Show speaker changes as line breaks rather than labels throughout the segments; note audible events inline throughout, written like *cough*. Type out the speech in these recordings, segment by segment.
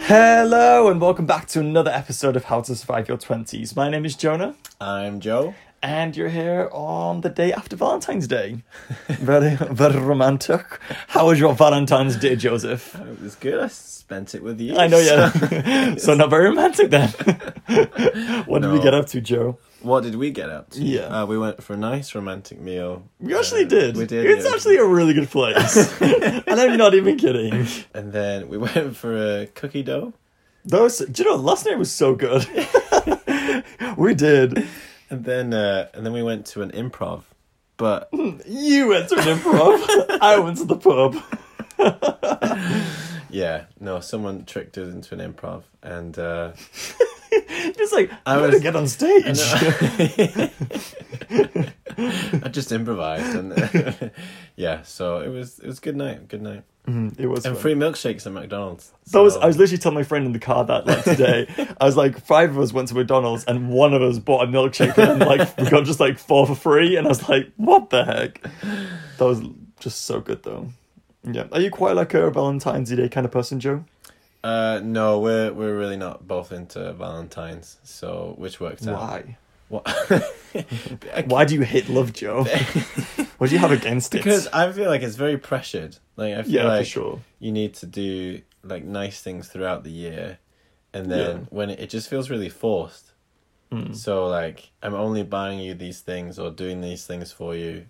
Hello, and welcome back to another episode of How to Survive Your 20s. My name is Jonah,
I'm Joe.
and you're here on the day after Valentine's
*laughs*
Day. Very, very romantic. How was your Valentine's Day, Joseph?
It was good. I spent it with you.
I know, yeah. *laughs* so, not very romantic then. *laughs* what did we
No.
get up to, Joe?
*laughs* What did we get up to?
Yeah.
Uh, we went for a nice romantic meal.
We actually
Uh,
did.
We did.
It's
yeah.
actually a really good
*laughs*
place. and I'm not even kidding.
And then we *laughs* went for a cookie dough.
Those, do you know, last night was so good. *laughs* we did.
And then uh, and then we went to an improv.
*laughs*
But
You went to an improv. I went to the pub.
yeah, no, someone tricked us into an improv,
*laughs*
and uh,
It's like I
I
gotta
was-
get on stage.
*laughs* I just improvised. And *laughs* yeah, so it was it was good night. Good night.
Mm, it was.
And
fun.
*laughs* free milkshakes at McDonald's.
That was,
so-
I was literally telling my friend in the car that like today.
*laughs*
I was like, five of us went to McDonald's and one of us bought a milkshake and
*laughs*
like we got just like four for free. And I was like, what the heck? That was just so good though. Yeah. Are you quite like a Valentine's Day kind of person, Joe?
Uh, no, we're we're really not both into Valentine's, so which worked out.
Why?
*laughs* What?
Why do you hate love,
*laughs*
Joe? what do you have against
because
it?
I feel like it's very pressured. Like I feel
Yeah,
like
for sure.
you need to do like nice things throughout the year, and then
Yeah. Mm.
when it, it just feels really forced. So like I'm only buying you these things or doing these things for you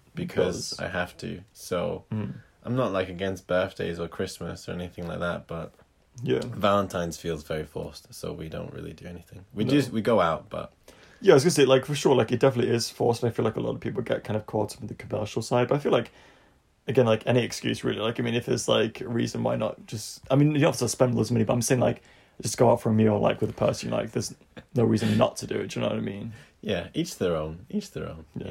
Because-
because,
Mm.
I have to. So I'm not like against birthdays or Christmas or anything like that, but
Yeah.
Valentine's feels very forced. So we don't really do anything. We
No.
just we go out, but
Yeah, I was gonna say, like for sure, like it definitely is forced, and I feel like a lot of people get kind of caught up in the commercial side. But I feel like, again, like any excuse really. Like I mean, if there's like a reason why not just, I mean, you don't have to spend loads of money, but I'm saying like just go out for a meal like with a person you like. There's no reason not to do it. Do you know what I mean?
Yeah, each their own. Each their own.
Yeah.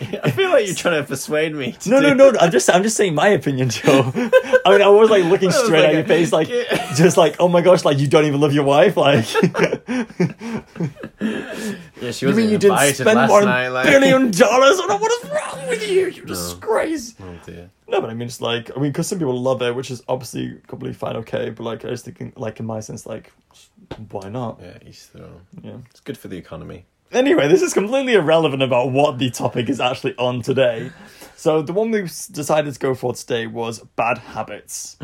Yeah, yeah. *laughs* I feel like you're trying to persuade me. To
No,
do
no, no. I'm just, I'm just saying my opinion, *laughs* Joe. I mean, I was like
*laughs*
looking
That was
straight
like
at your
a-
face, like
Yeah.
just like, oh my gosh, like you don't even love your wife,
*laughs*
like.
Yeah,
*laughs*
she
You
wasn't
mean you didn't
invited
spend
last
one
night. Like... *laughs*
billion dollars? I don't know what is wrong with you. You disgrace.
Oh dear.
No, but I mean, it's like I mean, because some people love it, which is obviously completely fine, okay. But like, I was thinking, like in my sense, like, why not?
Yeah, each their own.
Yeah.
It's good for the economy. *laughs*
Anyway, this is completely irrelevant about what the topic is actually on today. So the one we s- decided to go for today was bad habits,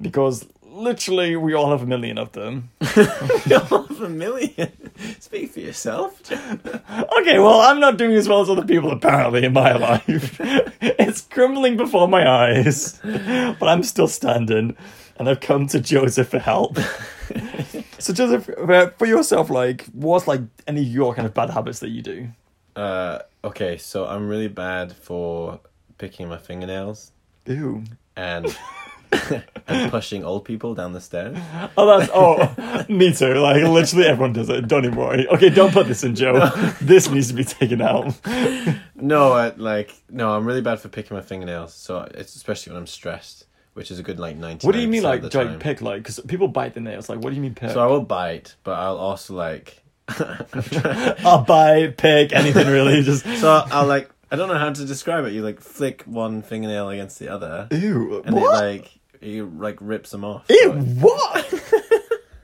because literally we all have a million of them.
Half a million. *laughs* Speak for yourself. *laughs*
Okay, well, I'm not doing as well as other people apparently in my life. *laughs* it's crumbling before my eyes, but I'm still standing, and I've come to Joseph for
*laughs*
help. so, Joseph, uh, for yourself, like, what's like any of your kind of bad habits that you do?
Uh, okay, so I'm really bad for picking my fingernails
Ew.
and *laughs* and pushing old people down the stairs.
Oh, that's oh, me too. Like, literally everyone does it. Don't even worry. Okay, don't put this in, Joe.
*laughs*
this needs to be taken out.
No, I, like no, I'm really bad for picking my fingernails. So it's especially when I'm stressed, which is a good like ninety.
What do you mean,
the
like, do I
time.
pick? Like, because people bite their nails. Like, what do you mean pick?
So I will bite, but I'll also like. *laughs*
I'll bite, pick, anything really. *laughs* Just
So I'll, I'll like. I don't know how to describe it. You like flick one fingernail against the other,
ew.
and
what?
it like you like rips them off.
Ew,
*laughs*
what?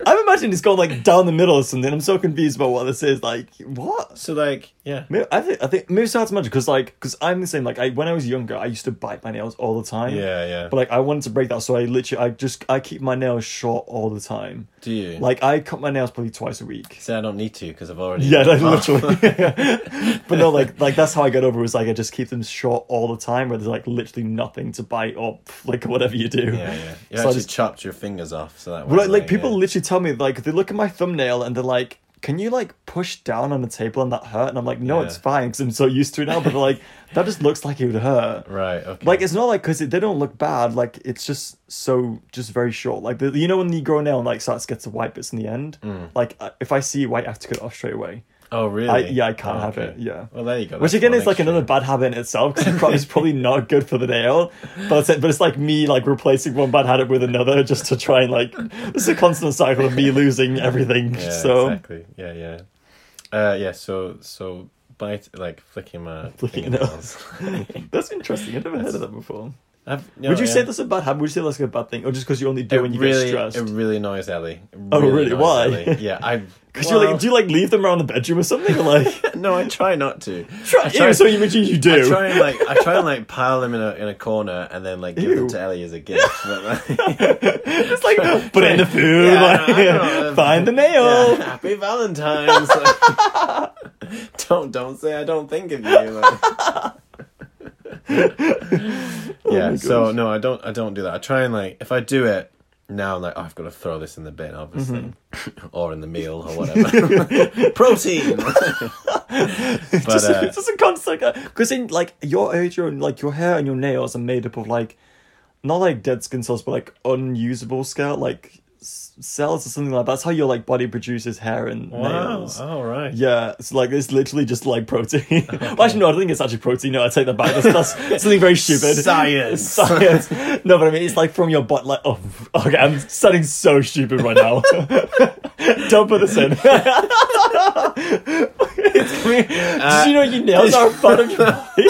I'm imagining it's going like down the middle or something. I'm so confused about what this is. Like, what?
So like yeah.
Maybe, I think I think maybe it's hard to imagine because like because I'm the same. Like I when I was younger, I used to bite my nails all the time.
Yeah, yeah.
But like I wanted to break that, so I literally I just I keep my nails short all the time.
do you?
Like I cut my nails probably twice a week. *laughs*
Say I don't need to because I've already.
Yeah, like,
Oh.
literally. *laughs* but no, like like that's how I got over. It was like I just keep them short all the time, where there's like literally nothing to bite or like whatever you do.
*laughs* Yeah, yeah. You
So I
actually
just-
chopped your fingers off, so that.
But like,
wasn't
people
yeah.
literally tell me like they look at my thumbnail and they're like, "Can you like push down on the table and that hurt?" And I'm like, "No,
Yeah.
it's fine because I'm so used to it now." But they're
*laughs*
like, "That just looks like it would hurt."
Right. Okay.
Like it's not like because they don't look bad. Like it's just so just very short. Like the, you know when you grow a nail and like starts to get the white bits in the end.
Mm.
Like I- if I see white, I have to cut it off straight away.
oh really?
I, yeah, I can't
Oh,
have
okay.
it. Yeah.
Well, there you go.
Which
that's
again
one
is like
extra.
another bad habit in itself because it's probably not good for the nail, but it's, but it's like me like replacing one bad habit with another just to try and like this is a constant cycle of me losing everything.
Yeah,
so
exactly. Yeah, yeah. Uh, yeah. So so bite like flicking my
Flicking
fingernails.
*laughs* that's interesting. I've never heard of that before.
I've- no,
Would you
Oh, yeah.
say that's a bad habit? Would you say that's a bad thing, or just because you only do
It
when you
really,
get stressed? Oh,
It
*laughs*
really annoys Ellie. It
really?
annoys
Why?
Ellie. Yeah,
*laughs*
I.
Because
well,
you like, do you like leave them around the bedroom or something? Or
*laughs*
like, *laughs*
no, I try not to.
try,
I try-
Ew, so you imagine you
I
do.
try and like I try and like pile them in a in a corner and then like give
Ew.
them to Ellie as a gift. But, like,
*laughs* it's like put it in the food,
Yeah,
like,
I
*laughs*
know.
find the nail.
yeah, happy Valentine's. *laughs* like, don't don't say I don't think
*laughs*
of you. like. yeah. so
Oh gosh.
no, I don't I don't do that. I try and like if I do it now, I'm like oh, I've got to throw this in the bin, obviously,
Mm-hmm.
*laughs* or in the meal
*laughs*
or whatever. Protein. *laughs* but
just,
uh,
it's just a constant because in like your age, your like your hair and your nails are made up of like not like dead skin cells, but like unusable scale like s- cells or something like that. That's how your like body produces hair and
wow.
nails.
All right.
Yeah, it's like it's literally just like
*laughs*
protein. well, actually, no, I don't think it's actually protein. No, I take that back. That's, that's something very stupid. *laughs*
Science.
Science. No, but I mean, it's like from your butt. Like, oh, okay, I'm sounding so stupid right now. *laughs* don't put this in. *laughs* It's weird.
Uh,
Did you know your nails are a part
*laughs*
of your body? *laughs*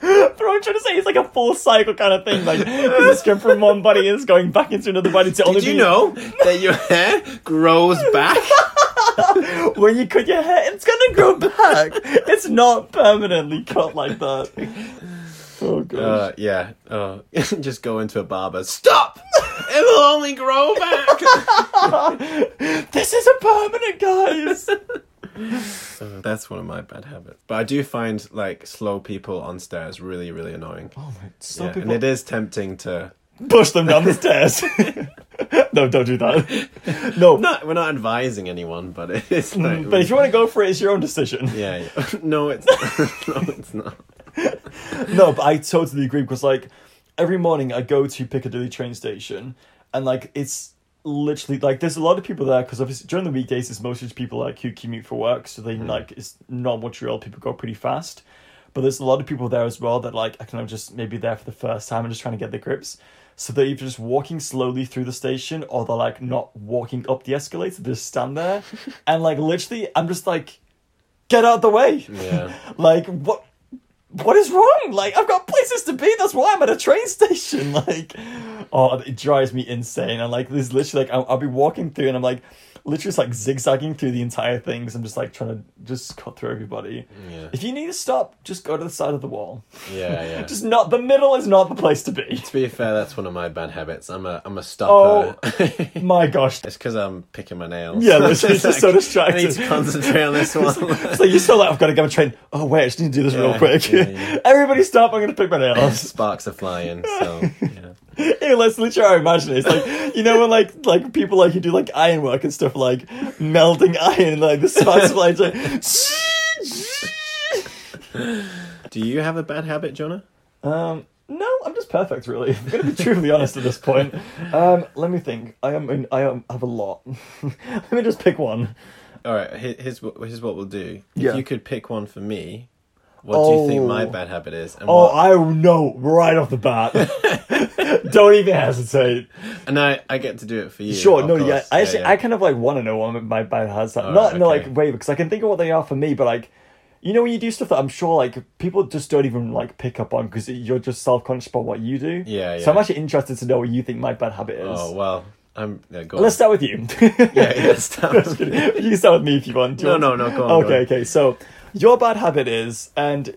But what I'm trying to say it's like a full cycle kind of thing. Like it's going from one body, it's going back into another body to only
Did you
be-
know that your hair grows
*laughs*
back?
when you cut your hair, it's gonna grow back. it's not permanently cut like that. Oh gosh.
Uh, yeah. Uh, *laughs* just go into a barber. Stop! It will only grow
*laughs*
back. Uh,
this is a permanent, guys. Mm.
So that's one of my bad habits. But I do find like slow people on stairs really, really annoying.
oh my, stop
yeah,
people.
and it is tempting to.
Push them down the stairs. *laughs* no, don't do that. No,
Not we're not advising anyone, but *laughs* it is like.
Mm, but if you want to go for it, it's your own decision.
yeah, yeah. *laughs* no, it's no, it's not. *laughs*
no, but I totally agree because like every morning I go to Piccadilly train station and like it's literally like there's a lot of people there because obviously during the weekdays it's mostly just people like who commute for work so they like it's not much real people go pretty fast but there's a lot of people there as well that like I kind of just maybe there for the first time and just trying to get their grips so they're either just walking slowly through the station or they're like not walking up the escalator they just stand there and like literally I'm just like get out of the way
Yeah.
*laughs* like what what is wrong? Like I've got places to be. That's why I'm at a train station. *laughs* Like, oh, it drives me insane. And like, this literally like I'll, I'll be walking through, and I'm like, literally just like zigzagging through the entire thing. Cause I'm just like trying to just cut through everybody.
Yeah.
If you need to stop, just go to the side of the wall.
Yeah, yeah.
Just not the middle is not the place to be. *laughs*
to be fair, that's one of my bad habits. I'm a I'm a stopper.
My gosh.
*laughs* It's because I'm picking my nails.
Oh. Yeah,
*laughs*
that's- it's just so
I need to
distracting.
concentrate
*laughs*
on this one. *laughs*
So you still like I've got to get a train. Oh wait, I just need to do this real
Yeah,
quick. *laughs*
yeah, yeah.
Everybody stop! I'm gonna pick my nails.
Sparks are flying,
*laughs*
so yeah.
Ew, that's literally how I imagine it. It's like you know when like like people like who do like iron work and stuff like melting *laughs* iron and like the sparks fly it's like
Do you have a bad habit, Jonah?
*laughs* Um no, I'm just perfect really. I'm gonna be truly honest at this point. Um let me think. I am in, I am, have a lot. *laughs* let me just pick one.
All right, he- here's what here's what we'll do. If
Yeah.
you could pick one for me, what do you think my
Oh.
bad habit is? And,
Oh
what,
I know right off the bat. *laughs* Don't even hesitate.
and I I get to do it for you.
Sure,
of
no,
course.
yeah. I actually,
yeah.
I kind of like want to know what my bad has that.
All
Not
right,
no
okay.
like way because I can think of what they are for me, but like, you know, when you do stuff that I'm sure like people just don't even like pick up on because you're just self conscious about what you do.
Yeah,
So I'm
yeah.
actually interested to know what you think my bad habit is.
Oh well, I'm. Yeah, go
Let's
on.
start with you.
*laughs*
*laughs*
Yeah, yeah, stop.
you can start with me if you want. Do you
No,
want
no,
to-
no, go on,
Okay,
go on.
okay. So your bad habit is, and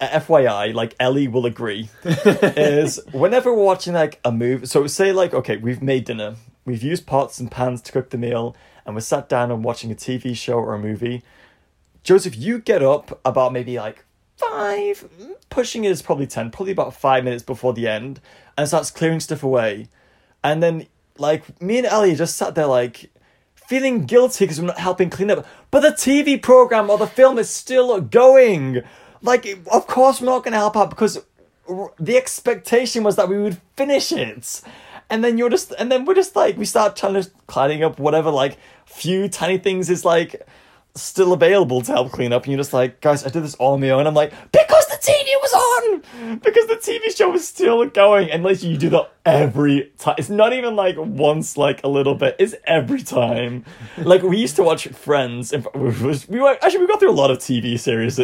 uh, FYI, like Ellie will
*laughs*
agree, is whenever we're watching like a movie. So say like, okay, we've made dinner, we've used pots and pans to cook the meal, and we're sat down and watching a TV show or a movie. Joseph, you get up about maybe like five, pushing it is probably 10, probably about five minutes before the end, and starts clearing stuff away. And then, like, me and Ellie just sat there, like, feeling guilty because we're not helping clean up. But the TV program or the film is still going. Like, of course, we're not going to help out because r- the expectation was that we would finish it. And then you're just, and then we're just like, we start trying to cleaning up whatever, like, few tiny things is like, still available to help clean up, and you're just like, guys, I did this all on my own. I'm like, because the TV was on, because the TV show was still going, and like you do that every time. It's not even like once, like a little bit. It's every time. like we used to watch Friends, and *laughs* we was- we were actually we got through a lot of TV series,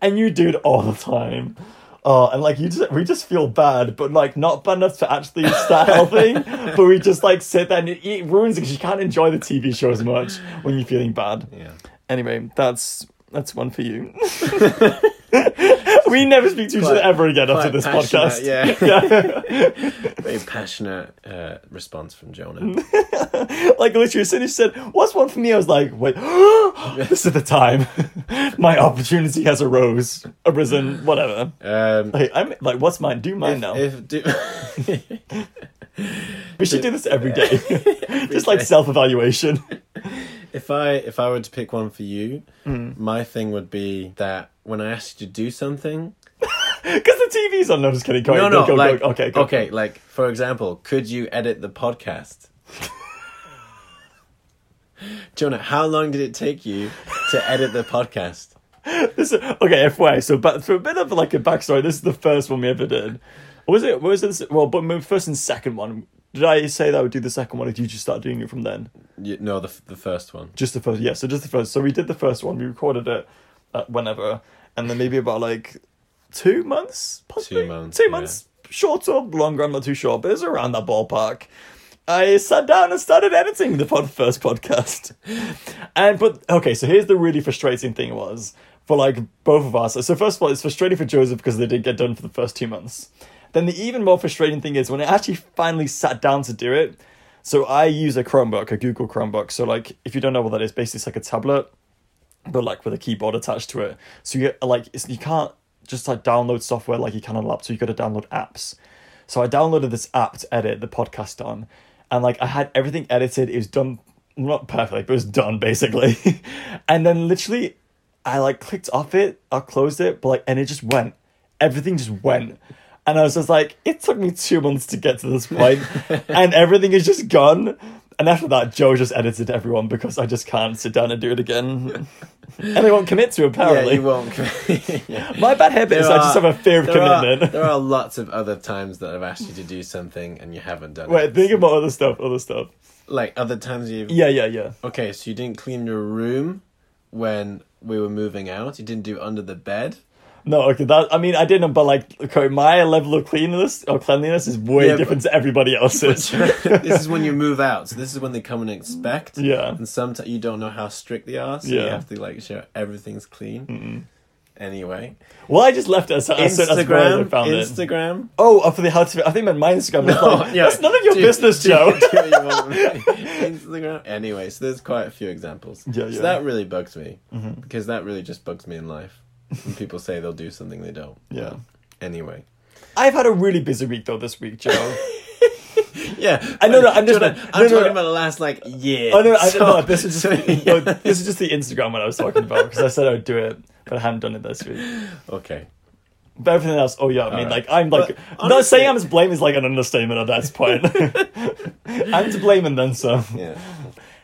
and you do it all the time. Oh, and like you just, we just feel bad, but like not bad enough to actually start helping. but we just like sit there and it, it ruins it 'cause you can't enjoy the TV show as much when you're feeling bad.
Yeah.
Anyway, that's that's one for
*laughs*
you. we never speak to each other
Quite-
ever again after
quite
this
passionate,
podcast.
yeah.
*laughs* yeah.
Very passionate uh, response from Jonah.
*laughs* like literally, as soon as she said, "What's one for me?" I was like, "Wait, *gasps* this is the time. *laughs* My opportunity has arose, arisen, whatever." *laughs*
Um,
Like, I'm like, "What's mine? Do mine now."
if do- *laughs*
we should do this every
*laughs*
day, *laughs* just like
day.
self *laughs* evaluation.
if I if I were to pick one for you,
Hmm.
my thing would be that when I asked you to do something,
Because the TV's on. No, I'm just kidding. Go, no,
no, no,
go, go,
like
go. Okay, go.
okay, like for example, could you edit the podcast? *laughs* Jonah, how long did it take you to edit the podcast?
This, okay, FYI. So, but for a bit of like a backstory, this is the first one we ever did. Or was it? Was this? Well, but my first and second one. Did I say that I would do the second one? Or did you just start doing it from then?
You, no, the f- the first one.
Just the first. Yeah. So just the first. So we did the first one. We recorded it uh, whenever, and then maybe about like two months, possibly
Two months,
two
yeah.
months, short or longer. I'm not too sure, but it's around that ballpark. I sat down and started editing the pod- first podcast. And but okay, so here's the really frustrating thing was for like both of us. So first of all, it's frustrating for Joseph because they didn't get done for the first two months. Then the even more frustrating thing is when I actually finally sat down to do it. So I use a Chromebook, a Google Chromebook. So like, if you don't know what that is, basically it's like a tablet but like with a keyboard attached to it. So you like it's, you can't just like download software like you can on a laptop. You got to download apps. So I downloaded this app to edit the podcast on, and like I had everything edited. It was done not perfectly, but it was done basically. *laughs* and then literally, I like clicked off it. I closed it, but like and it just went. Everything just went. And I was just like, it took me two months to get to this point, and everything is just gone. And after that, Joe just edited everyone because I just can't sit down and do it again. And they won't commit to
Yeah,
apparently.
you won't. *laughs* yeah.
My bad habit is I just have a fear of
there are- *laughs*
commitment.
there are lots of other times that I've asked you to do something and you haven't done
Wait,
it.
think about other stuff, other stuff.
Like other times you've.
Yeah, yeah, yeah.
Okay, so you didn't clean your room when we were moving out. You didn't do under the bed.
No, okay, that I mean I didn't, but like okay, my level of cleanliness or cleanliness is way
Yeah,
different to everybody
*laughs*
else's.
this is when you move out. So this is when they come and expect.
Yeah.
And sometimes you don't know how strict they are, so you
Yeah.
have to like show everything's clean. Anyway,
well, I just left it as, as soon as well as I
Instagram,
found *laughs* it.
Instagram. Oh,
Oh, uh, for the how to I think meant my Instagram. was like, That's none of your
Do-
business,
do- *laughs*
Joe.
do what you want with me. Instagram. Anyway, so there's quite a few examples.
Yeah, yeah. Mm-hmm.
So that really bugs me because that really just bugs me in life. When people say they'll do something they don't.
Yeah.
Anyway.
I've had a really busy week though this week,
*laughs*
Joe.
Yeah.
I know, no, I'm just-
Jordan,
no,
I'm
no, no.
talking about the last like year.
Oh no, I,
So-
no this is just
*laughs* so, yeah.
no, this is just the Instagram one I was talking about because I said I would do it, but I haven't done it this week.
Okay.
But everything else, oh yeah, I mean, like
Alright.
I'm like
But
not
honestly-
saying I'm to blame is like an understatement at that point. *laughs* I'm to blame and then some.
Yeah.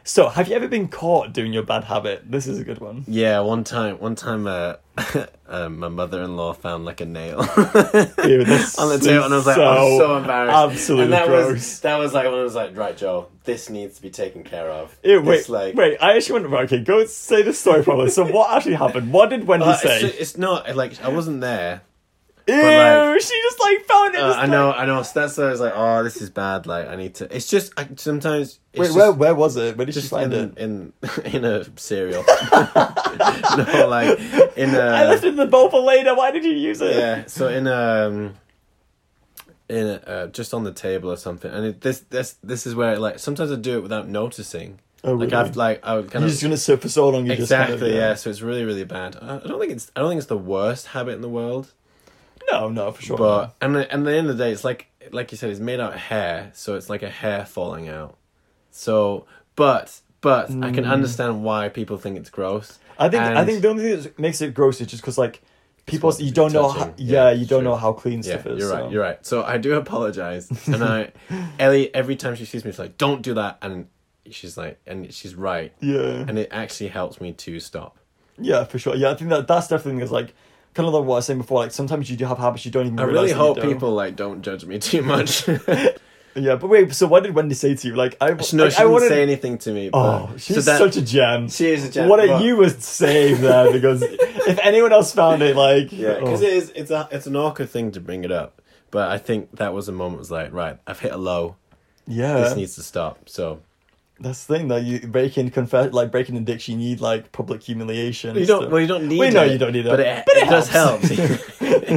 So, have you ever been caught doing your bad habit? This is a good one.
Yeah, one time one time uh, *laughs* uh my mother in law found like a nail. *laughs*
Ew, this
on the
is
table, and I was like, I'm so embarrassed.
absolutely
and that
gross.
Was, that was like when I was like, right, Joel, this needs to be taken care of.
Ew,
This,
wait, wait. I actually went. Okay, go say the story properly. So, what actually happened? What did Wendy
Uh,
say?
it's, it's not like I wasn't there.
Ew,
like-
she just like found it.
Uh,
just
I know, I know. So that's why I was like, oh, this is bad. Like, I need to. It's just I, sometimes. It's
Wait,
just,
where where was it? Where did she
Just
find it?
in, in in *laughs* a
*laughs*
cereal. no, like in a.
I left it in the bowl for later. Why did you use it?
uh, yeah so in um in a, uh, just on the table or something and it, this this this is where like sometimes i do it without noticing
Oh,
like
really?
i've like i would kind
You're
of *laughs*
just gonna sit for so long. You
exactly
Just kind of,
yeah so it's really really bad i I don't think it's i don't think it's the worst habit in the world
No, no, for sure.
but and at- and at the end of the day it's like like you said it's made out of hair so it's like a hair falling out so but but i can understand why people think it's gross
Hmm. I think I
and-
think the only thing that makes it gross is just because like people
what
you
you're
don't know how,
touching.
yeah,
Yeah,
you don't
true.
know how clean
Yeah,
stuff is.
you're right.
so.
You're right. So I do apologize,
*laughs*
and I, Ellie, every time she sees me, she's like, "Don't do that," and she's like, and she's right,
Yeah,
and it actually helps me to stop.
yeah, for sure. Yeah, I think that that's definitely is like kind of like what I was saying before. Like sometimes you do have habits you don't even.
I really
realize that
hope
you do. *laughs*
people like don't judge me too much. *laughs*
Yeah, but wait. So what did Wendy say to you? Like I,
She, no,
like,
she
I
didn't
wanted-
say anything to me.
Oh,
but-
she's
so that-
such a gem.
She is a gem,
What
but-
a, you were saved there
*laughs*
because if anyone else found it, like
Yeah, because
oh.
it is it's a it's an awkward thing to bring it up, but I think that was a moment. Was like, right, I've hit a low.
yeah,
This needs to stop. So
that's the thing though. You breaking confess, like breaking addiction, you need like public humiliation.
you
and
don't.
stuff.
Well, you don't need.
We know
it,
you don't need it,
but it,
but
it,
it
does help.
helps. *laughs*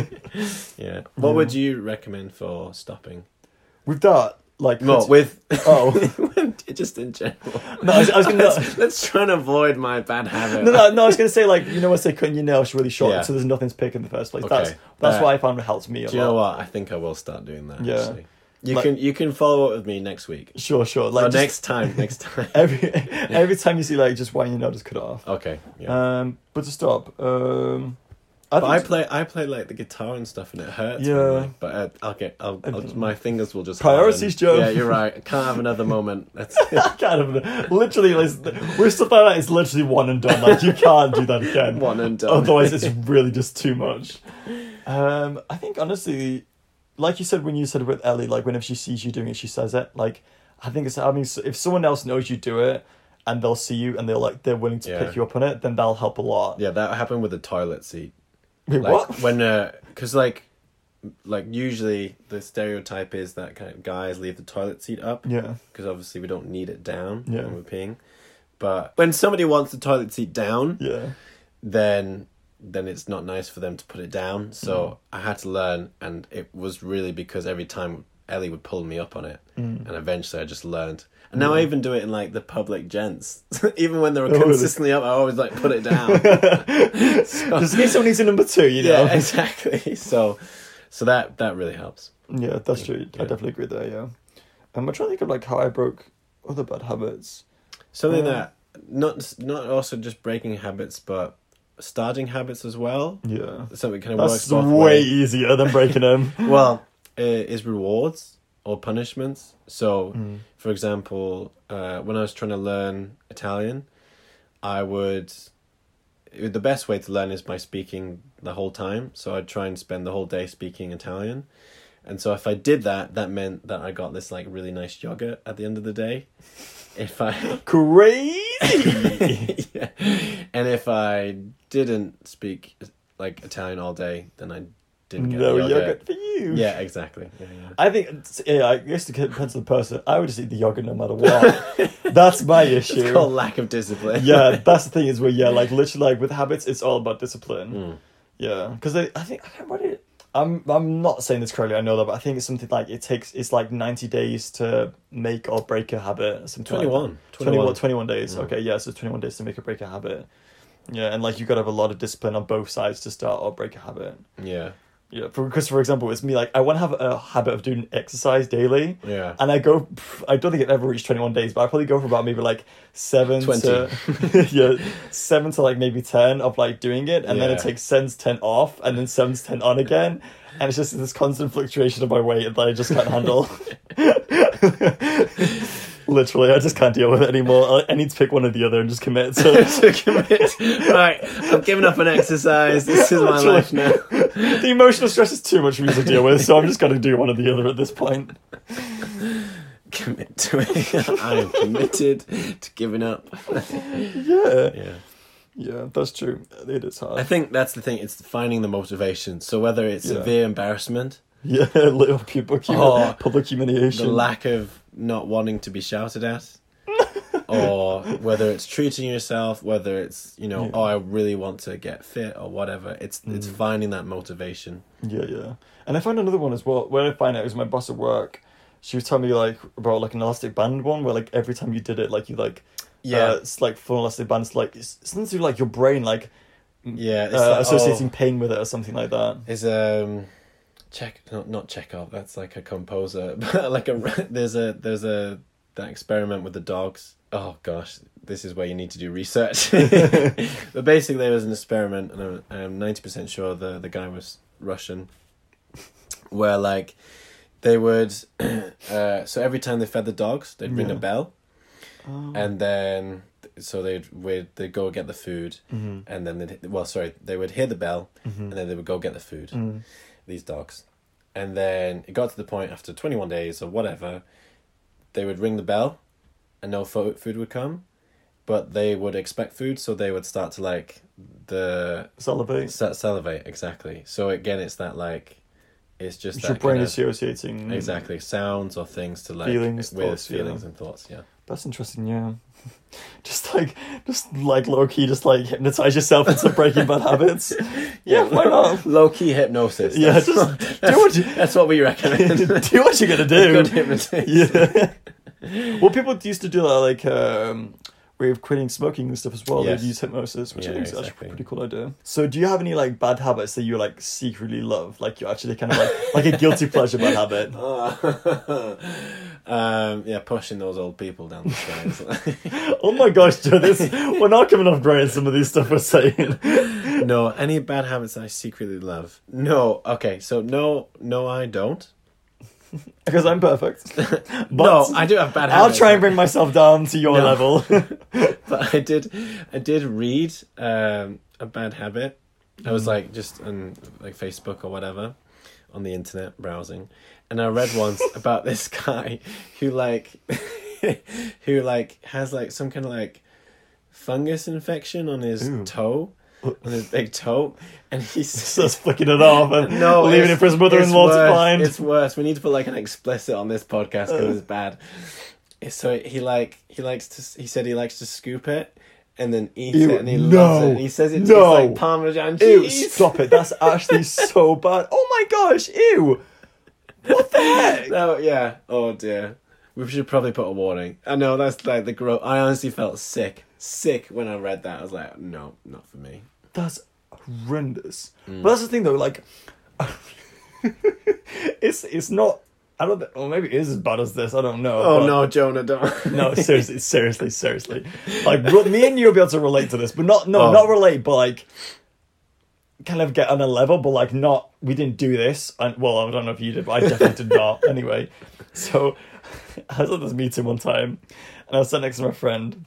yeah. What would you recommend for stopping?
With that, like
No,
criti-
with
oh *laughs*
*laughs* just in general.
no, I was, I was gonna. *laughs*
Let's, let's try and avoid my bad habit.
No, no, no, I was gonna say like you know, I say cutting your nails really short,
Yeah.
so there's nothing to pick in the first place.
Okay.
That's that's
Alright.
what I found helps me a
Do you
lot.
know what? I think I will start doing that.
Yeah.
Actually. You
Like-
can you can follow up with me next week.
Sure, sure.
Or
Like just *laughs*
next time. Next time.
every every time you see like just one, you know, just cut it off.
okay. Yeah.
Um, but to stop, um, I
But I
think
play, I play like the guitar and stuff, and it hurts.
Yeah.
Yeah. but uh, I'll get, I'll, I'll, my fingers will just
Priorities,
harden.
Joe.
Yeah, you're right. I can't have another moment.
*laughs*
That's
kind of literally like, with stuff like that, it's literally one and done. Like you can't do that again.
*laughs* one and done.
Otherwise,
*laughs*
it's really just too much. Um, I think honestly, like you said when you said with Ellie, like whenever she sees you doing it, she says it. Like I think it's I mean, if someone else knows you do it and they'll see you and they're like they're willing to
Yeah.
pick you up on it, then that'll help a lot.
yeah, that happened with the toilet seat.
Wait,
Like
what? *laughs*
when, because like, like usually the stereotype is that kind of guys leave the toilet seat up.
Yeah.
Because obviously we don't need it down
Yeah.
when we're peeing, but when somebody wants the toilet seat down, *laughs*
Yeah.
then then it's not nice for them to put it down. So
Mm.
I had to learn, and it was really because every time Ellie would pull me up on it,
Mm.
and eventually I just learned. And now I even do it in like the public gents, *laughs* even when they were
Oh, really?
consistently up. I always like put it
*laughs*
down.
Just in case someone needs a number two, you know. *laughs*
yeah, *laughs* exactly. So so that that really helps.
Yeah, that's true. I definitely agree there. Yeah, um, I'm trying to think of like how I broke other bad habits.
Something
Yeah.
that uh, not not also just breaking habits, but starting habits as well.
Yeah,
Something kind of works
that's way
both ways.
easier than breaking *laughs* them.
well, uh, is rewards or punishments. So, for example, uh, when I was trying to learn Italian, I would. The best way to learn is by speaking the whole time. So I'd try and spend the whole day speaking Italian. And so if I did that, that meant that I got this like really nice yogurt at the end of the day. If I *laughs*
Crazy.
yeah. and if I didn't speak like Italian all day, then I didn't get
no
the yogurt.
yogurt for you.
Yeah, exactly. Yeah, yeah.
I think it's- yeah, I guess it depends on the person. I would just eat the yogurt no matter *laughs* what. that's my
It's
issue.
called lack of discipline.
yeah, that's the thing is where yeah, like literally like with habits, it's all about discipline. Yeah, because I, I think I can't what it. I'm I'm not saying this correctly. I know that, but I think it's something like it takes it's like ninety days to make or break a habit. Something
21,
Like that. 21,
21.
21 days. Okay, yeah, so twenty one days to make or break a habit. Yeah, and like you got to have a lot of discipline on both sides to start or break a habit.
*laughs* Yeah.
Yeah, for, because for example, it's me like I want to have a habit of doing exercise daily.
Yeah.
And I go, pff, I don't think I've ever reached 21 days, but I probably go for about maybe like seven
20.
to, *laughs* yeah, seven to like maybe 10 of like doing it. And then
Yeah.
it takes seven to 10 off and then seven to 10 on again. And it's just this constant fluctuation of my weight that I just can't handle.
*laughs*
Literally, I just can't deal with it anymore. I, I need to pick one or the other and just commit
*laughs*
to
to commit. Right, I've given up on exercise. This is my
Literally. *laughs*
life now.
the emotional stress is too much for me to deal with, so I'm just going to do one or the other at this point.
Commit to it. I am committed to giving up.
Yeah.
Yeah.
Yeah, that's true. It is hard.
I think that's the thing. It's finding the motivation. So whether it's
Yeah.
severe embarrassment,
*laughs* yeah, little public, humi-
Oh,
public
the
humiliation.
lack of not wanting to be
*laughs*
shouted at, or whether it's treating yourself, whether it's you know,
Yeah. Mm.
oh, I really want to get fit or whatever. It's it's finding that motivation.
yeah, yeah. And I found another one as well. Where I find out is my boss at work. She was telling me like about like an elastic band one where like every time you did it, like you like
Yeah.
uh, it's like full elastic bands. like it's it's something to do, like your brain like
Yeah, it's
uh,
like, oh,
associating pain with it or something like that.
is um check not not Chekhov. That's like a composer, *laughs* but like a there's a there's a that experiment with the dogs. Oh gosh, this is where you need to do research. but basically, there was an experiment, and I'm- I'm ninety percent sure the the guy was Russian, where like they would *clears throat* uh, so every time they fed the dogs, they'd ring a
Yeah.
bell, and then so they'd would they would go get the food,
Mm. Mm-hmm.
and then they'd, well sorry they would hear the bell, and then they would go get the food. These dogs, And then it got to the point after 21 days or whatever, they would ring the bell and no fo- food would come, but they would expect food, so they would start to like the
Salivate.
sa- salivate, exactly. So again, it's that like, it's just
Your
that
brain
kind of-
associating.
exactly sounds or things to like
Feelings,
with
thoughts, yeah.
feelings and thoughts, yeah.
That's interesting, yeah. *laughs* Just like, just like low key, just like hypnotize yourself into breaking bad
*laughs*
habits. Yeah, why not?
Low key hypnosis.
Yeah,
that's,
just
what,
do
*laughs* that's,
what you-
that's what
*laughs*
we recommend.
do what
*laughs*
you're gonna do.
Good hypnosis.
*laughs* yeah. well, people used to do that, like, um, way of quitting smoking and stuff as well.
Yes.
They'd use hypnosis, which I
Yeah,
think is actually
exactly.
a pretty cool idea. So, do you have any, like, bad habits that you, like, secretly love? Like, you're actually kind of like, like a
*laughs*
guilty pleasure bad habit?
um, yeah, pushing those old people down the stairs. *laughs*
Oh my gosh, Joe, this, we're not coming off great in some of these stuff we're saying. *laughs*
no, any bad habits I secretly love. No, okay, so no, no, I don't.
because I'm perfect. But
*laughs* no, I do have bad
I'll
habits.
try and bring myself down to your *laughs*
No.
level.
*laughs* but I did, I did read um, a bad habit. I was like just on like Facebook or whatever, on the internet browsing, and I read once about this guy who like, *laughs* who like has like some kind of like fungus infection on his toe, on his big toe, and he's
so it's flicking it off and
*laughs* no,
leaving
it's-
it for his mother-in-law
it's
to
worse,
find.
It's worse. We need to put like an explicit on this podcast because it's bad. It's- So he like he likes to. s- He said he likes to scoop it and then eat
Ew,
it, and he
no,
loves it. And he says it tastes
no.
like Parmesan
Ew,
cheese.
stop it. That's actually so bad. Oh my gosh, ew. What the heck?
No, yeah. *laughs* Oh dear. We should probably put a warning. I know that's like the gross. I honestly felt sick, sick when I read that. I was like, no, not for me.
That's horrendous. But that's the thing though, like *laughs* it's it's not I don't thi- or maybe it is as bad as this, I don't know.
Oh
but-
no, Jonah, don't.
*laughs* No, seriously, seriously, seriously. Like bro- me and you will be able to relate to this, but not no,
Oh.
not relate, but like kind of get on a level, but like not we didn't do this. And well, I don't know if you did, but I definitely did not. *laughs* Anyway, so *laughs* I was at this meeting one time, and I was sat next to my friend,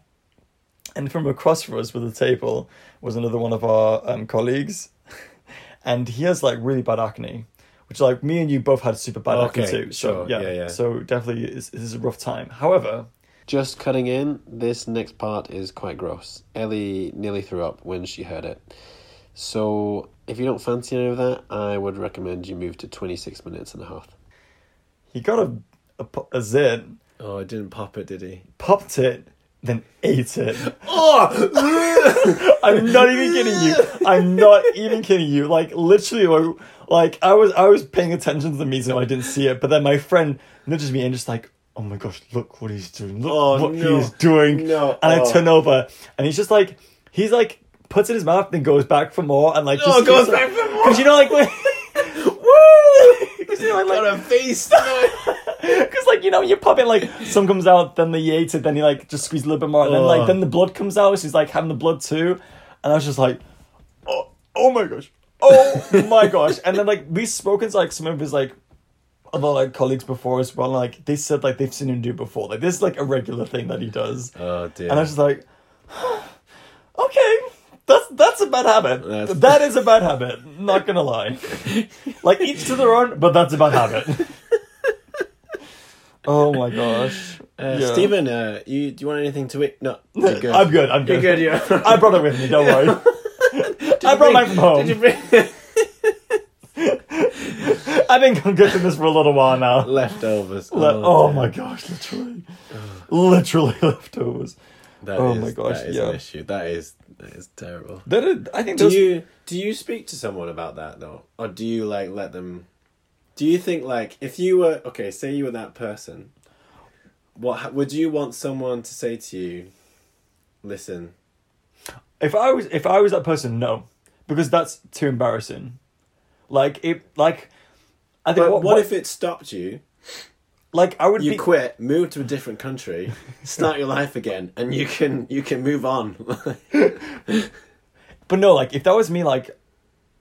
and from across from us with the table was another one of our um, colleagues, *laughs* and he has like really bad acne. Which like me and you both had super bad acne
Okay,
too. So
sure,
yeah,
yeah, yeah.
So definitely, it's, this is a rough time. However,
Just cutting in, this next part is quite gross. Ellie nearly threw up when she heard it. So, if you don't fancy any of that, I would recommend you move to 26 minutes and a half.
He got a, a, po- a zit,
Oh, I didn't pop it, did he?
popped it, then ate
*laughs*
it.
Oh!
I'm not even kidding you. I'm not even kidding you. Like literally, like- like I was I was paying attention to the meeting, and I didn't see it. But then my friend nudges me and just like, oh my gosh, look what he's doing. Look
Oh,
what
no.
he's doing.
No.
And
Oh.
I turn over, and he's just like, he's like puts it in his mouth, then goes back for more, and like just
Oh, goes back for
*laughs*
more. *laughs*
Because you know, like. when- Woo! *laughs* 'Cause, you know, I, like,
Got a *laughs* face!
*laughs* Because like you know, you pop it like some comes out, then they eat it, then you like just squeeze a little bit more, and then like
Ugh.
then the blood comes out. She's like having the blood too, and I was just like, oh, oh my gosh, oh my gosh, and then like we've spoken to like some of his like other like colleagues before as well, and, like they said like they've seen him do before, like this is like a regular thing that he does,
oh, dear.
and I was just like, *gasps* okay. That's that's a bad habit.
That's- *laughs*
That is a bad habit. Not gonna lie. like each to their own, but that's a bad
*laughs*
habit. oh my gosh,
uh,
Yeah.
Stephen, uh, you, do you want anything to eat?
*laughs*
No, you're good.
I'm good. I'm
You're
good.
good, yeah.
I brought it with me. Don't worry. *laughs* I brought mine from home.
*laughs* Did you bring... *laughs*
I think I'm good in this for a little while now.
Leftovers.
Le- oh
dear.
my gosh, literally, literally *laughs* leftovers.
That
oh
is-
my gosh,
That is
yeah.
an issue. That is, that is terrible.
That is, I think.
do
those-
you do you speak to someone about that though or do you like let them do you think like if you were okay say you were that person what ha- would you want someone to say to you listen
If I was if I was that person, no, because that's too embarrassing. Like it, like I think.
but
what,
what, if it stopped you
like I would
you
be
quit move to a different
*laughs*
country start your life again and you can you can move on
But no, like if that was me, like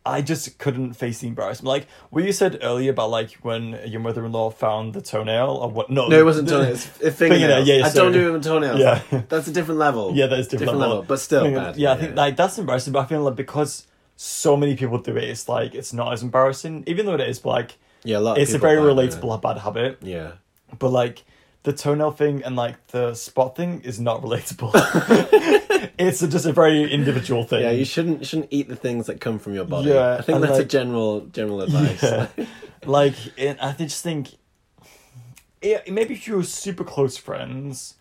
I just couldn't face the embarrassment. Like what you said earlier about like when your mother in law found the toenail or what? *laughs* No,
no it wasn't *laughs* toenails it's fingernail
Fingernail, yeah,
i
sorry.
don't do it with toenails
Yeah.
that's a different level
*laughs* *laughs* Yeah, that is different, level.
but still
Finger-
bad
Yeah, I think like that's embarrassing. But I feel like because so many people do it, it's like it's not as embarrassing, even though it is. But like
Yeah, a lot.
It's a
people
very
buy that.
relatable bad habit,
Yeah.
but like the toenail thing and like the spot thing is not
*laughs*
relatable. it's just a very individual thing.
Yeah, you shouldn't you shouldn't eat the things that come from your body.
Yeah,
I think
and
that's a
like-
general
*laughs*
general advice. *laughs*
Yeah. like it, I just think, yeah, maybe if you were super close friends,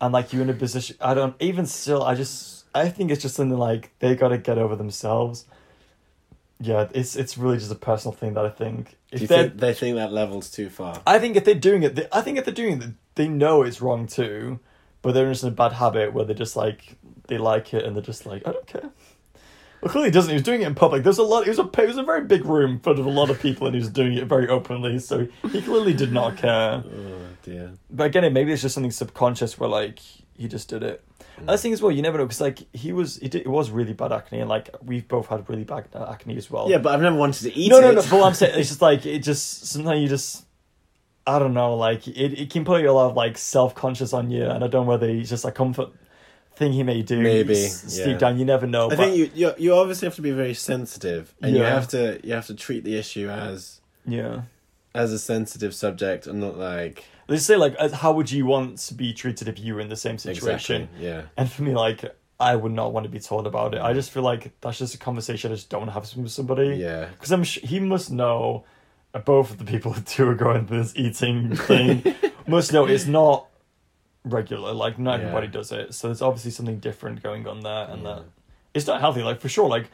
and like you're in a position, I don't even still. I just I think it's just something like they got to get over themselves. Yeah, it's it's really just a personal thing that I think
Do you
if they,
think they think that level's too far?
I think if they're doing it, they, I think if they're doing it, they know it's wrong too, but they're just in a bad habit where they're just like they like it and they're just like I don't care. Well, clearly he doesn't. He was doing it in public. There's a lot. It was a it was a very big room full of a lot of people, and he was doing it very openly. So he clearly did not care.
Oh dear.
But again, maybe it's just something subconscious where like he just did it. Another thing as well, you never know because like he was, he did, it was really bad acne, and like we've both had really bad acne as well
Yeah, but I've never wanted to eat
no,
it.
no, no. But what I'm saying, it's just like it just sometimes you just, I don't know, like it, it can put a lot of like self conscious on you, and I don't know whether it's just a comfort thing he may do.
Maybe,
s-
yeah.
deep down, you never know.
*laughs* I
but
think you, you you obviously have to be very sensitive, and you
Yeah.
have to you have to treat the issue as
yeah.
as a sensitive subject and not like
They say like, as- how would you want to be treated if you were in the same situation? *laughs*
exactly yeah.
And for me, like, I would not want to be told about it. I just feel like that's just a conversation I just don't want to have with somebody.
Yeah.
Because I'm sh- he must know, uh, both of the people *laughs* who are going through this eating
*laughs*
thing must know it's not regular. Like not
Yeah.
everybody does it, so there's obviously something different going on there, and that it's not healthy. Like for sure, like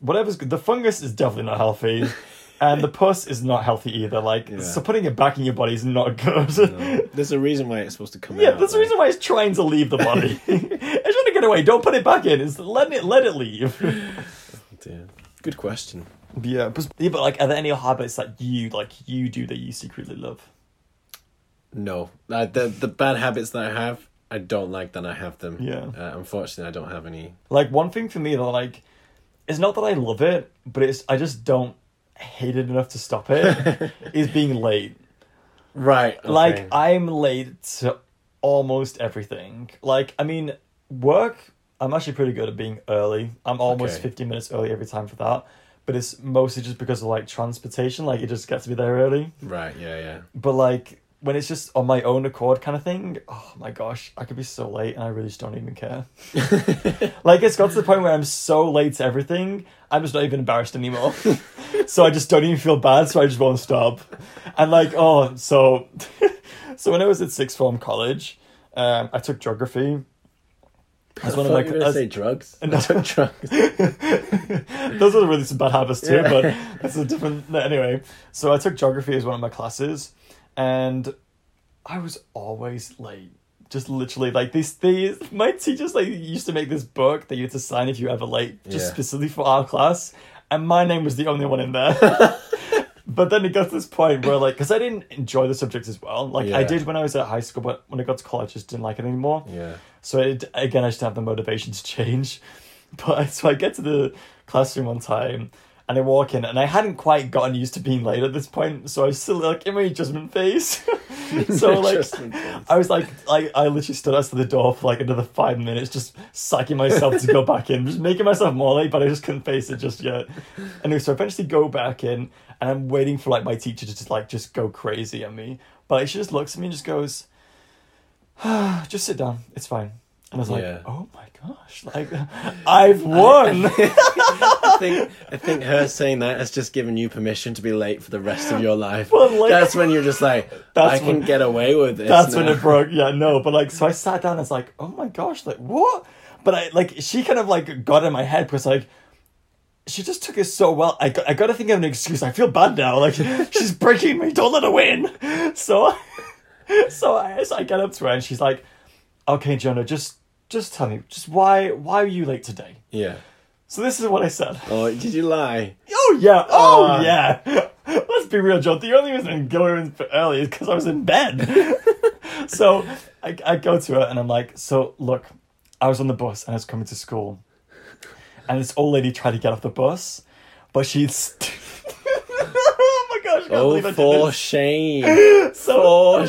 whatever's the fungus is definitely not
*laughs*
healthy. And the pus is not healthy either. Like,
Yeah.
so putting it back in your body is not good.
No. There's a reason why it's supposed to come
Yeah,
out.
that's the
right?
reason why it's trying to leave the *laughs* body. it's trying to get away. Don't put it back in. It's let it let it leave.
Oh, dear. Good question.
*laughs* Yeah, but, yeah, but like, are there any habits that you like you do that you secretly love?
No, uh, the the bad habits that I have, I don't like that I have them.
Yeah.
Uh, unfortunately, I don't have any.
Like one thing for me that like, it's not that I love it, but it's I just don't hate it enough to stop *laughs* it. is being late.
Right.
Like I'm late to almost everything. Like I mean, work. I'm actually pretty good at being early. I'm almost
Okay.
15 minutes early every time for that. But it's mostly just because of like transportation. Like it just gets me there early.
Right. Yeah. Yeah.
But like when it's just on my own accord kind of thing, oh my gosh, I could be so late and I really just don't even
*laughs*
care. like it's got to the point where I'm so late to everything, I'm just not even embarrassed anymore. *laughs* so I just don't even feel bad, so I just won't stop. And like, oh, so *laughs* so when I was at sixth form college, um, I took geography. That's one of my
you were gonna
that's-
say drugs.
*laughs* No.
I took drugs.
*laughs* those are really some bad habits too,
Yeah.
but that's a different. no, Anyway, so I took geography as one of my classes, and I was always late. Just literally like these these my teachers like used to make this book that you had to sign if you were ever late, just
Yeah.
specifically for our class, and my name was the only one in
*laughs*
there. But then it got to this point where, like, because I didn't enjoy the subject as well. Like, I
Yeah.
did when I was at high school, but when I got to college, I just didn't like it anymore.
*laughs* Yeah.
So it, again, I just have the motivation to change. *laughs* But so I get to the classroom one time and I walk in and I hadn't quite gotten used to being late at this point. So I was still like in my adjustment phase. *laughs* so like,
Adjustment phase.
I was like, I, I literally stood outside the door for like another five minutes, just psyching myself to
*laughs*
go back in, just making myself more late, but I just couldn't face it just yet. Anyway, so I eventually go back in and I'm waiting for like my teacher to just like, just go crazy at me. But like, she just looks at me and just goes, just sit down. It's fine. And I was like,
Yeah.
oh my gosh, like *laughs* I've
*laughs*
won.
I think I think her saying that has just given you permission to be late for the rest of your life.
But, like-
that's when you're just like,
That's
I can
when-
get away with
*laughs*
this.
That's when
now.
it broke. Yeah, no, but like, so I sat down. I was like, oh my gosh, like what? But I like she kind of like got in my head because like she just took it so well. I got, I got to think of an excuse. I feel bad now. Like *laughs* she's breaking me. Don't let her win. *laughs* So, so I *laughs* so I get up to her and she's like, okay, Jonah, just just tell me, just why why are you late today?
Yeah.
So this is what I said.
Oh, did
*laughs*
you lie?
Oh yeah. Oh
Uh.
yeah. *laughs* Let's be real, John. The only reason I didn't go in early is because I was in bed. *laughs* so I, I go to her and I'm like, so look, I was on the bus and I was coming to school, and this old lady tried to get off the bus, but she's. *laughs* oh my gosh! I can't
Oh,
believe I did
for
this. *laughs*
shame.
So-
For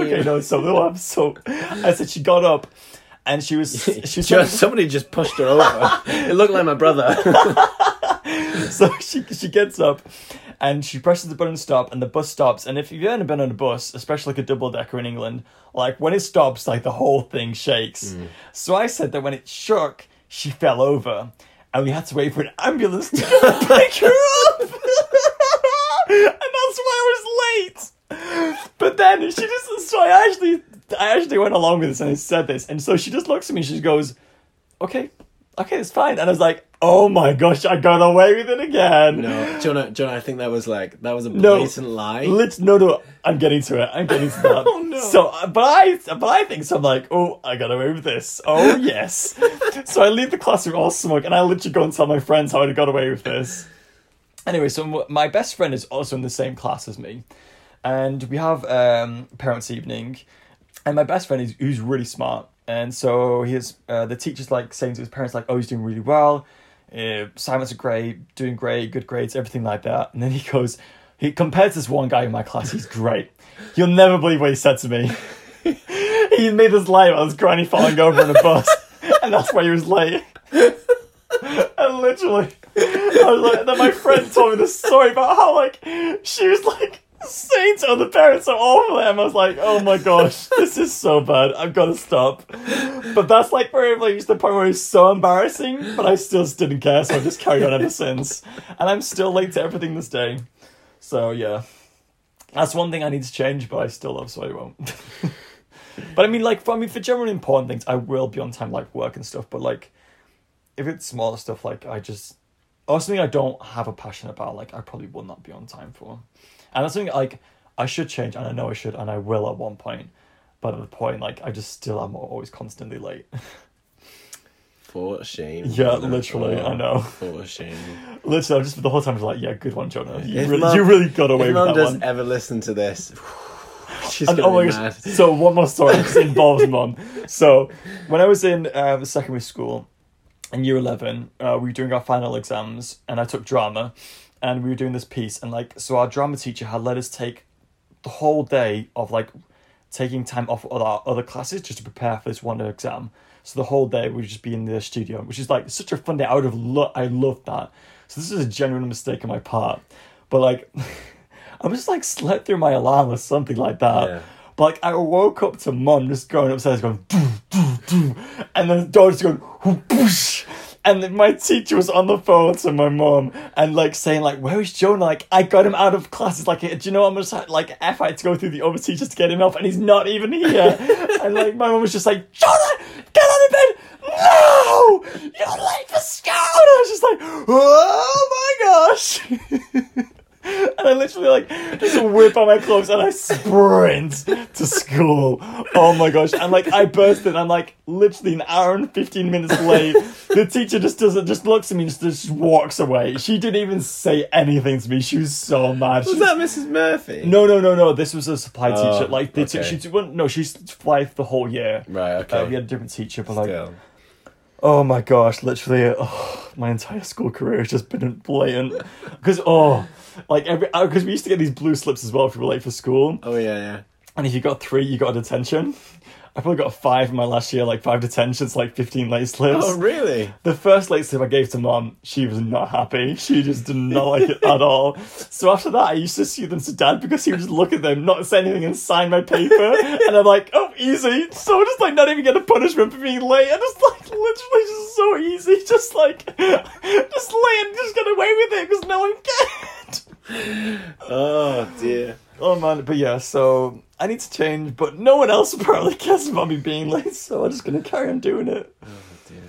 *laughs* Okay, no, so no, I'm so. I said she got up, and she was she was
Just, somebody just pushed *laughs* her over. it looked like my brother.
so she she gets up and she presses the button stop and the bus stops and if you've ever been on a bus especially like a double decker in england like when it stops like the whole thing shakes so i said that when it shook she fell over and we had to wait for an ambulance to pick her up and that's why i was late but then she just so i actually i actually went along with this and i said this and so she just looks at me she goes okay okay it's fine and i was like oh my gosh i got away with it again
*laughs* No, Jonah, Jonah, I think that was like that was a blatant lie.
Let's no no. I'm getting to it. I'm getting to that.
*laughs* Oh, no.
So, uh, but I but I think so. I'm like, oh, I got away with this. Oh
*laughs*
yes. so I leave the classroom all smug, and I literally go and tell my friends how I got away with this. Anyway, so m- my best friend is also in the same class as me, and we have um, parents' evening, and my best friend is who's really smart, and so his uh, the teacher's like saying to his parents like, "Oh, he's doing really well. Uh, Simon's great, doing great, good grades, everything like that." And then he goes, he compares this one guy in my class. He's great. You'll never believe what he said to me. *laughs* he made this lie about his granny falling over on a bus, *laughs* and that's why he was late. And literally, I was like, then my friend told me this story about how, like, she was like saying to other parents how awful I am. I was like, oh my gosh, this is so bad. I've got to stop. But that's like where like, it's the point where it's so embarrassing, but I still just didn't care, so I just carried on ever since. And I'm still late to everything this day. So yeah, that's one thing I need to change, but I still love, so I won't. *laughs* but I mean, like, for, I mean, for generally important things, I will be on time, like work and stuff. But like, if it's smaller stuff, like I just or something I don't have a passion about, like I probably will not be on time for. And that's something like I should change, and I know I should, and I will at one point. But at the point, like I just still am always constantly late. *laughs*
For shame.
Yeah,
Jonah.
literally, I know. *laughs*
For shame.
Literally, I'm just the whole time just like, yeah, good one, Jonah. You,
If
really,
mum-
you really got away
if
with that
mum does
one.
ever listen to this, *sighs* she's
And,
gonna
oh my
be
gosh, *laughs*
mad.
So one more story. This involves mom. So when I was in uh, secondary school, in year eleven, uh, we were doing our final exams, and I took drama, and we were doing this piece, and like so our drama teacher had let us take the whole day of like taking time off of our other classes just to prepare for this one exam. So the whole day we'd just be in the studio, which is like such a fun day. I would have lo- I loved that. So this is a genuine mistake on my part, but like. *laughs* I just like slept through my alarm or something like that.
Yeah.
But like I woke up to mum just going upstairs going doo, doo, doo, and then the door just going whoo, boosh. And then my teacher was on the phone to my mum and like saying like, "Where is Jonah? Like I got him out of classes. Like do you know I'm just like F I had to go through the other teachers to get him off, and he's not even here." and like my mum was just like, "Jonah, get out of bed! No, you're late for school." And I was just like, "Oh my gosh!" *laughs* And I literally like just whip on my clothes and I sprint to school. Oh my gosh. And like I burst in, I'm like literally an hour and 15 minutes late. The teacher just doesn't just looks at me and just, just walks away. She didn't even say anything to me. She was so mad. She
Was that Mrs. Murphy?
no, no, no, no. This was a supply
Oh,
teacher. Like the t-
okay.
she wouldn't no, she's supply for the whole year.
Right. Okay.
Uh, we had a different teacher, but like
Still.
Oh my gosh, literally, oh, my entire school career has just been blatant. Because, oh, like every, because we used to get these blue slips as well if we were late for school.
Oh yeah, yeah.
And if you got three, you got a detention. I probably got five in my last year, like five detentions, like 15 late slips.
Oh really?
The first late slip I gave to mom, she was not happy. She just did not like it at *laughs* all. So after that, I used to see them to dad because he would just look at them, not say anything, and sign my paper. And I'm like, oh, easy. So I'm just like not even get a punishment for being late. I just like literally just so easy, just like *laughs* just late and just get away with it because no one cared.
Oh dear.
*laughs* Oh man, but yeah, so I need to change, but no one else *laughs* apparently cares about me being late, so I'm just gonna carry on doing it.
Oh dear.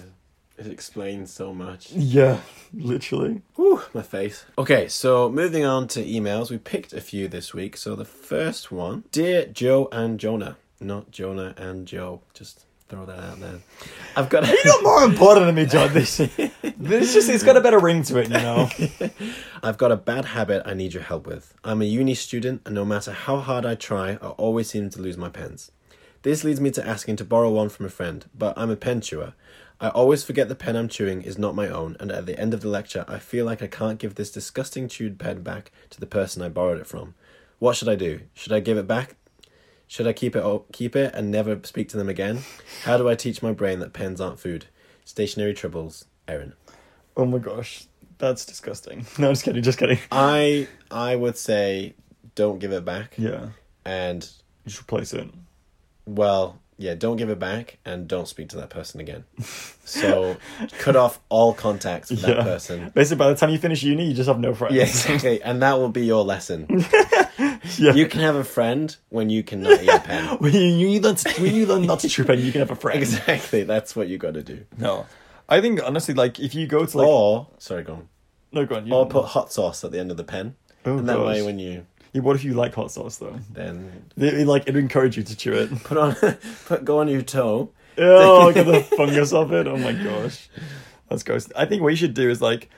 It explains so much.
Yeah, literally.
Whew, my face. Okay, so moving on to emails, we picked a few this week. So the first one, dear Joe and Jonah, not Jonah and Joe. Just throw that out there.
*laughs*
I've got.
You're more important than me, *laughs* John. This, this just it's got a better ring to it, you know.
I've got a bad habit I need your help with. I'm a uni student, and no matter how hard I try, I always seem to lose my pens. This leads me to asking to borrow one from a friend, but I'm a pen chewer. I always forget the pen I'm chewing is not my own, and at the end of the lecture, I feel like I can't give this disgusting chewed pen back to the person I borrowed it from. What should I do? Should I give it back? Should I keep it o- keep it and never speak to them again? How do I teach my brain that pens aren't food? Stationary troubles, Erin.
*laughs* Oh my gosh, That's disgusting. *laughs* No, I'm just kidding. Just kidding.
I I would say don't give it back
Yeah,
and
you should replace it.
well yeah don't give it back and don't speak to that person again.
*laughs*
So cut off all contacts with
yeah.
that person.
Basically, by the time you finish uni, you just have no friends.
Yeah, exactly. And that will be your lesson.
Yeah.
You can have a friend when you cannot eat a pen.
*laughs* when you, you learn to, when you learn not to trip and you can have a friend.
Exactly. That's what you got to do.
No, I think honestly, like if you go to like
Or sorry, go on.
no, go on. You,
Or put hot sauce at the end of the pen.
Oh,
and that
gosh.
way, when you
Yeah, what if you like hot sauce though?
then
They, they, like it encourage you to chew it.
put on, *laughs* put go on your toe.
oh, get the fungus off it. Oh my gosh, that's gross. I think what you should do is like,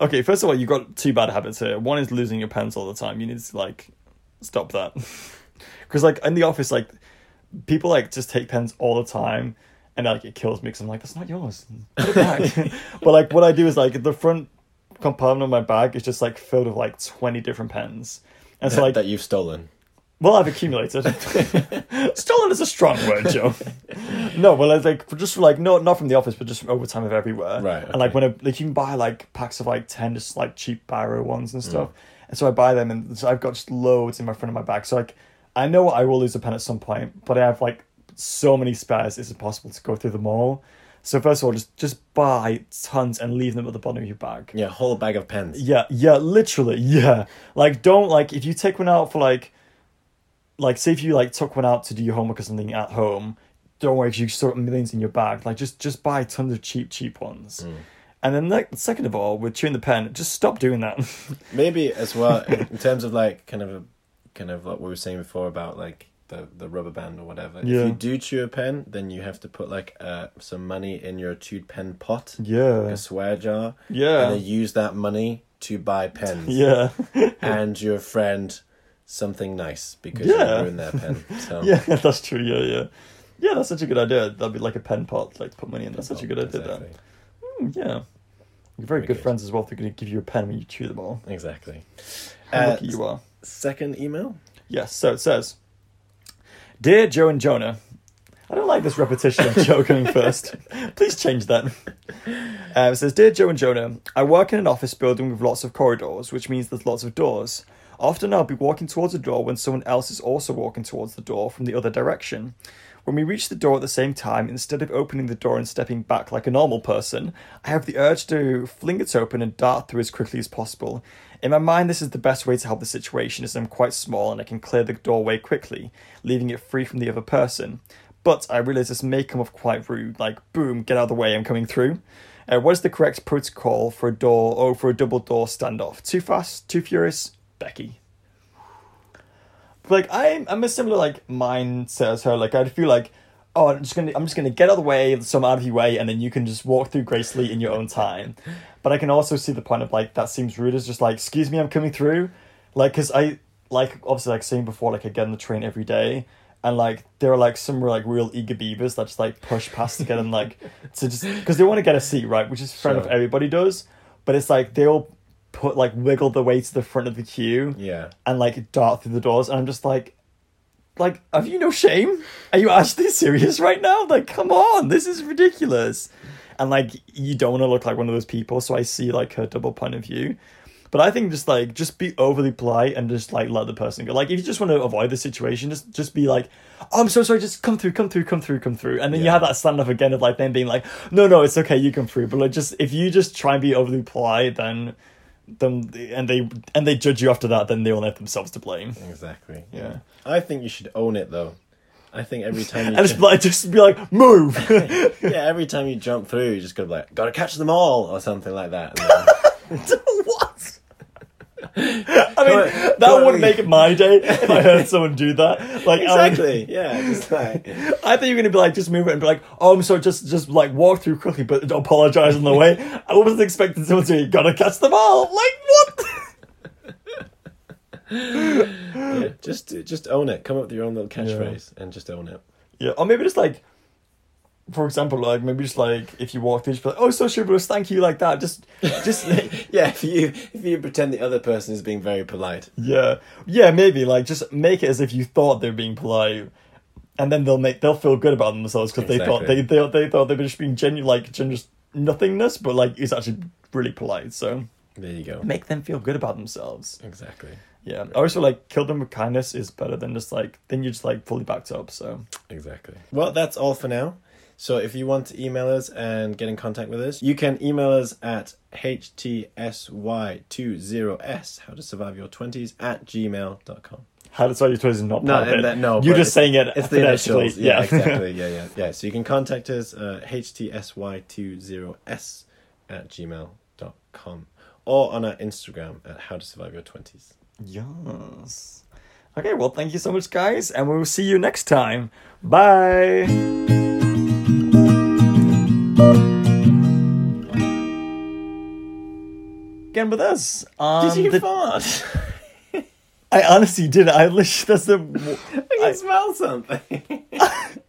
okay, first of all, you've got two bad habits here. One is losing your pants all the time. You need to like stop that *laughs* because like in the office, like people like just take pens all the time. And like it kills me because I'm like that's not yours. Put it back. *laughs* but like what I do is like the front compartment of my bag is just like filled with like twenty different pens, and so like
that you've stolen.
well, I've
*laughs*
accumulated. Stolen is a strong word, Joe. no, well, it's like for just like not not from the office, but just from over time of everywhere.
Right,
And like
okay.
when I, like you can buy like packs of like ten just like cheap Biro ones
Mm.
and stuff. And so I buy them, and so I've got just loads in my front of my bag. So like I know I will lose a pen at some point, but I have like so many spares. It's impossible to go through them all. So first of all, just just buy tons and leave them at the bottom of your bag.
Yeah, whole bag of pens.
Yeah, yeah, literally, yeah. Like, don't like if you take one out for like, like say if you like took one out to do your homework or something at home. Don't worry, if you sort of millions in your bag, like just just buy tons of cheap, cheap ones. And then like, second of all, with chewing the pen, just stop doing that. *laughs*
Maybe as well in terms of like kind of a, kind of what we were saying before about like the the rubber band or whatever.
Yeah.
If you do chew a pen, then you have to put like uh, some money in your chewed pen pot,
yeah,
a swear jar,
Yeah.
and then use that money to buy
*laughs*
pens
yeah,
and your friend something nice because
Yeah.
you ruined
*laughs*
their pen. So
yeah. That's true. Yeah, yeah, yeah. That's such a good idea. That'd be like a pen pot, like put money in. That's such a good idea.
Exactly.
That. Mm, yeah. You're very
Very
good
good.
friends as well. If they're gonna give you a pen when you chew them all.
Exactly.
How
Uh,
lucky you are.
Second email.
Yes, so it says Dear Joe and Jonah, I don't like this repetition of *laughs* Joe going first. Please change that. Uh, it says Dear Joe and Jonah, I work in an office building with lots of corridors, which means there's lots of doors. Often I'll be walking towards a door when someone else is also walking towards the door from the other direction. When we reach the door at the same time, instead of opening the door and stepping back like a normal person, I have the urge to fling it open and dart through as quickly as possible. In my mind, this is the best way to help the situation as I'm quite small and I can clear the doorway quickly, leaving it free from the other person. But I realize this may come off quite rude, like boom, get out of the way, I'm coming through. Uh, what is the correct protocol for a door or for a double door standoff? Too fast, too furious, Becky. Like I'm, I'm a similar like mindset as her. Like I'd feel like, oh, I'm just gonna, I'm just gonna get out of the way, so I'm out of your way, and then you can just walk through gracefully in your own time. But I can also see the point of like that seems rude. Is just like, excuse me, I'm coming through, like because I like obviously like saying before, like I get on the train every day. And like there are like some like real eager beavers that just like push past to get in like *laughs* to just because they want to get a seat right, which is fair enough.
Sure.
Everybody does, but it's like they'll put like wiggle the way to the front of the queue
Yeah.
and like dart through the doors and I'm just like like have you no shame? Are you actually serious right now? Like come on, this is ridiculous. And like you don't want to look like one of those people, so I see like her double point of view. But I think just like just be overly polite and just like let the person go. Like if you just want to avoid the situation, just just be like, oh, I'm so sorry, just come through, come through, come through, come through. And then you
Yeah.
have that stand up again of like them being like, no, no, it's okay, you come through. But like just if you just try and be overly polite, then them and they and they judge you after that, then they all have themselves to blame.
Exactly.
Yeah.
I think you should own it though. I think
*laughs*
every time you
And it's like just be like, move. *laughs*
yeah, every time you jump through, you just gotta be like, gotta catch them all or something like that. And then-
what? I mean,
on, come
that
on.
would make my day if I *laughs* heard someone do that. Like I would-
*laughs* exactly. Oh, Yeah, just like
I thought you were gonna be like, just move it and be like, oh, I'm sorry, just just like walk through quickly, but apologize on the *laughs* way. I wasn't expecting someone to gotta catch them all. Like what?
yeah, just just own it. Come up with your own little catchphrase and just own it.
*laughs* Yeah, or maybe just like, for example, like maybe just like if you walk through, just be like, oh, so chivalrous, thank you, like that. Just, *laughs* just
Yeah, if you if you pretend the other person is being very polite.
yeah, yeah, maybe like just make it as if you thought they were being polite, and then they'll make they'll feel good about themselves because they thought they, they
Exactly.
they thought they were just being genuine, like gen- just nothingness, but like he's actually really polite. So
There you go.
make them feel good about themselves.
Exactly.
Yeah. I always feel like kill them with kindness is better than just like then you're just like fully backed up. So
Exactly. Well, that's all for now. So if you want to email us and get in contact with us, you can email us at HTSY20S, how to survive your 20s, at gmail.com.
how to solve your twists is not
No,
part of it.
and that- no,
You're
but
Uh, just saying it.
It's the initials.
phonetically.
Yeah, exactly.
*laughs*
Yeah, yeah, yeah. So you can contact us, uh, HTSY20S at gmail.com or on our Instagram at how to survive your 20s.
Yes. Okay, well, thank you so much, guys, and we will see you next time. Bye. Again with us. Um, the- *laughs*
fart?
I honestly did. I literally, that's the.
I can smell something. *laughs*